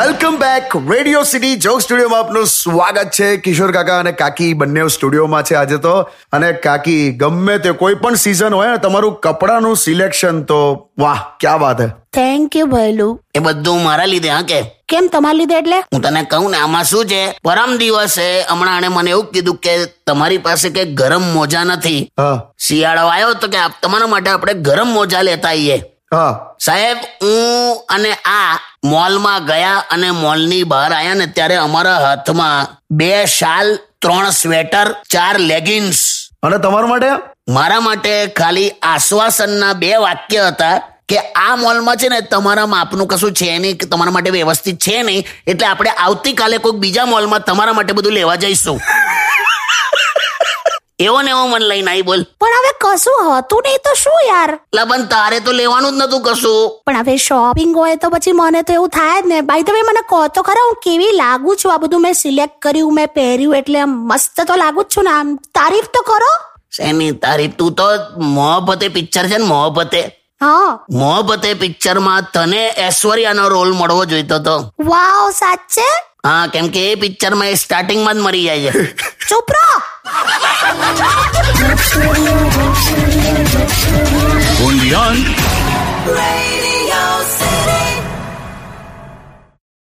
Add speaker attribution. Speaker 1: back Radio City joke સ્ટુડિયોમાં આપનું સ્વાગત છે કિશોર કાકા અને કાકી બંને સ્ટુડિયોમાં છે આજે તો અને કાકી ગમે તે કોઈ પણ સિઝન હોય ને તમારું કપડાનું સિલેક્શન તો વાહ ક્યાં વાત હે
Speaker 2: થેન્ક યુ ભૈલું
Speaker 3: એ બધું મારા લીધે હા કે
Speaker 2: કેમ તમારા લીધે એટલે
Speaker 3: હું તને કહું ને આમાં શું છે પરમ દિવસે હમણાં આણે મને એવું કીધું કે તમારી પાસે કે ગરમ મોજા નથી
Speaker 1: હા
Speaker 3: શિયાળો આવ્યો તો કે આપ- તમારા માટે આપણે ગરમ મોજા લેતા આવીએ
Speaker 1: હા
Speaker 3: સાહેબ હું અને આ મોલમાં ગયા અને મોલની બહાર આયા ને ત્યારે અમારા હાથમાં બે શાલ ત્રણ સ્વેટર ચાર લેગિન્સ
Speaker 1: અને તમારા માટે
Speaker 3: મારા માટે ખાલી આશ્વાસનના બે વાક્ય હતા કે આ મોલમાં છે ને તમારા માપનું કશું છે નહીં કે તમારા માટે વ્યવસ્થિત છે નહીં એટલે આપણે આવતીકાલે કોઈક બીજા મોલમાં તમારા માટે બધું લેવા જઈશું એવો ને એવો મન લઈને આવી બોલ
Speaker 2: પણ હવે કશું હતું નહીં તો શું યાર
Speaker 3: લબન તારે તો લેવાનું જ નતું કશું
Speaker 2: પણ હવે શોપિંગ હોય તો પછી મને તો એવું થાય જ ને બાય ધ વે મને કહો તો ખરા હું કેવી લાગુ છું આ બધું મેં સિલેક્ટ કર્યું મેં પહેર્યું એટલે આમ મસ્ત તો લાગુ જ છું ને આમ તારીફ તો કરો
Speaker 3: શેની તારી તું તો મોહબ્બતે પિક્ચર છે ને મોહબ્બતે
Speaker 2: હા
Speaker 3: મોહબ્બતે પિક્ચરમાં તને ઐશ્વર્યાનો રોલ મળવો જોઈતો હતો
Speaker 2: વાવ સાચે
Speaker 3: હા કેમ કે એ પિક્ચરમાં એ સ્ટાર્ટિંગમાં જ મરી જાય છે
Speaker 2: ચૂપ રહો
Speaker 4: only on
Speaker 5: Radio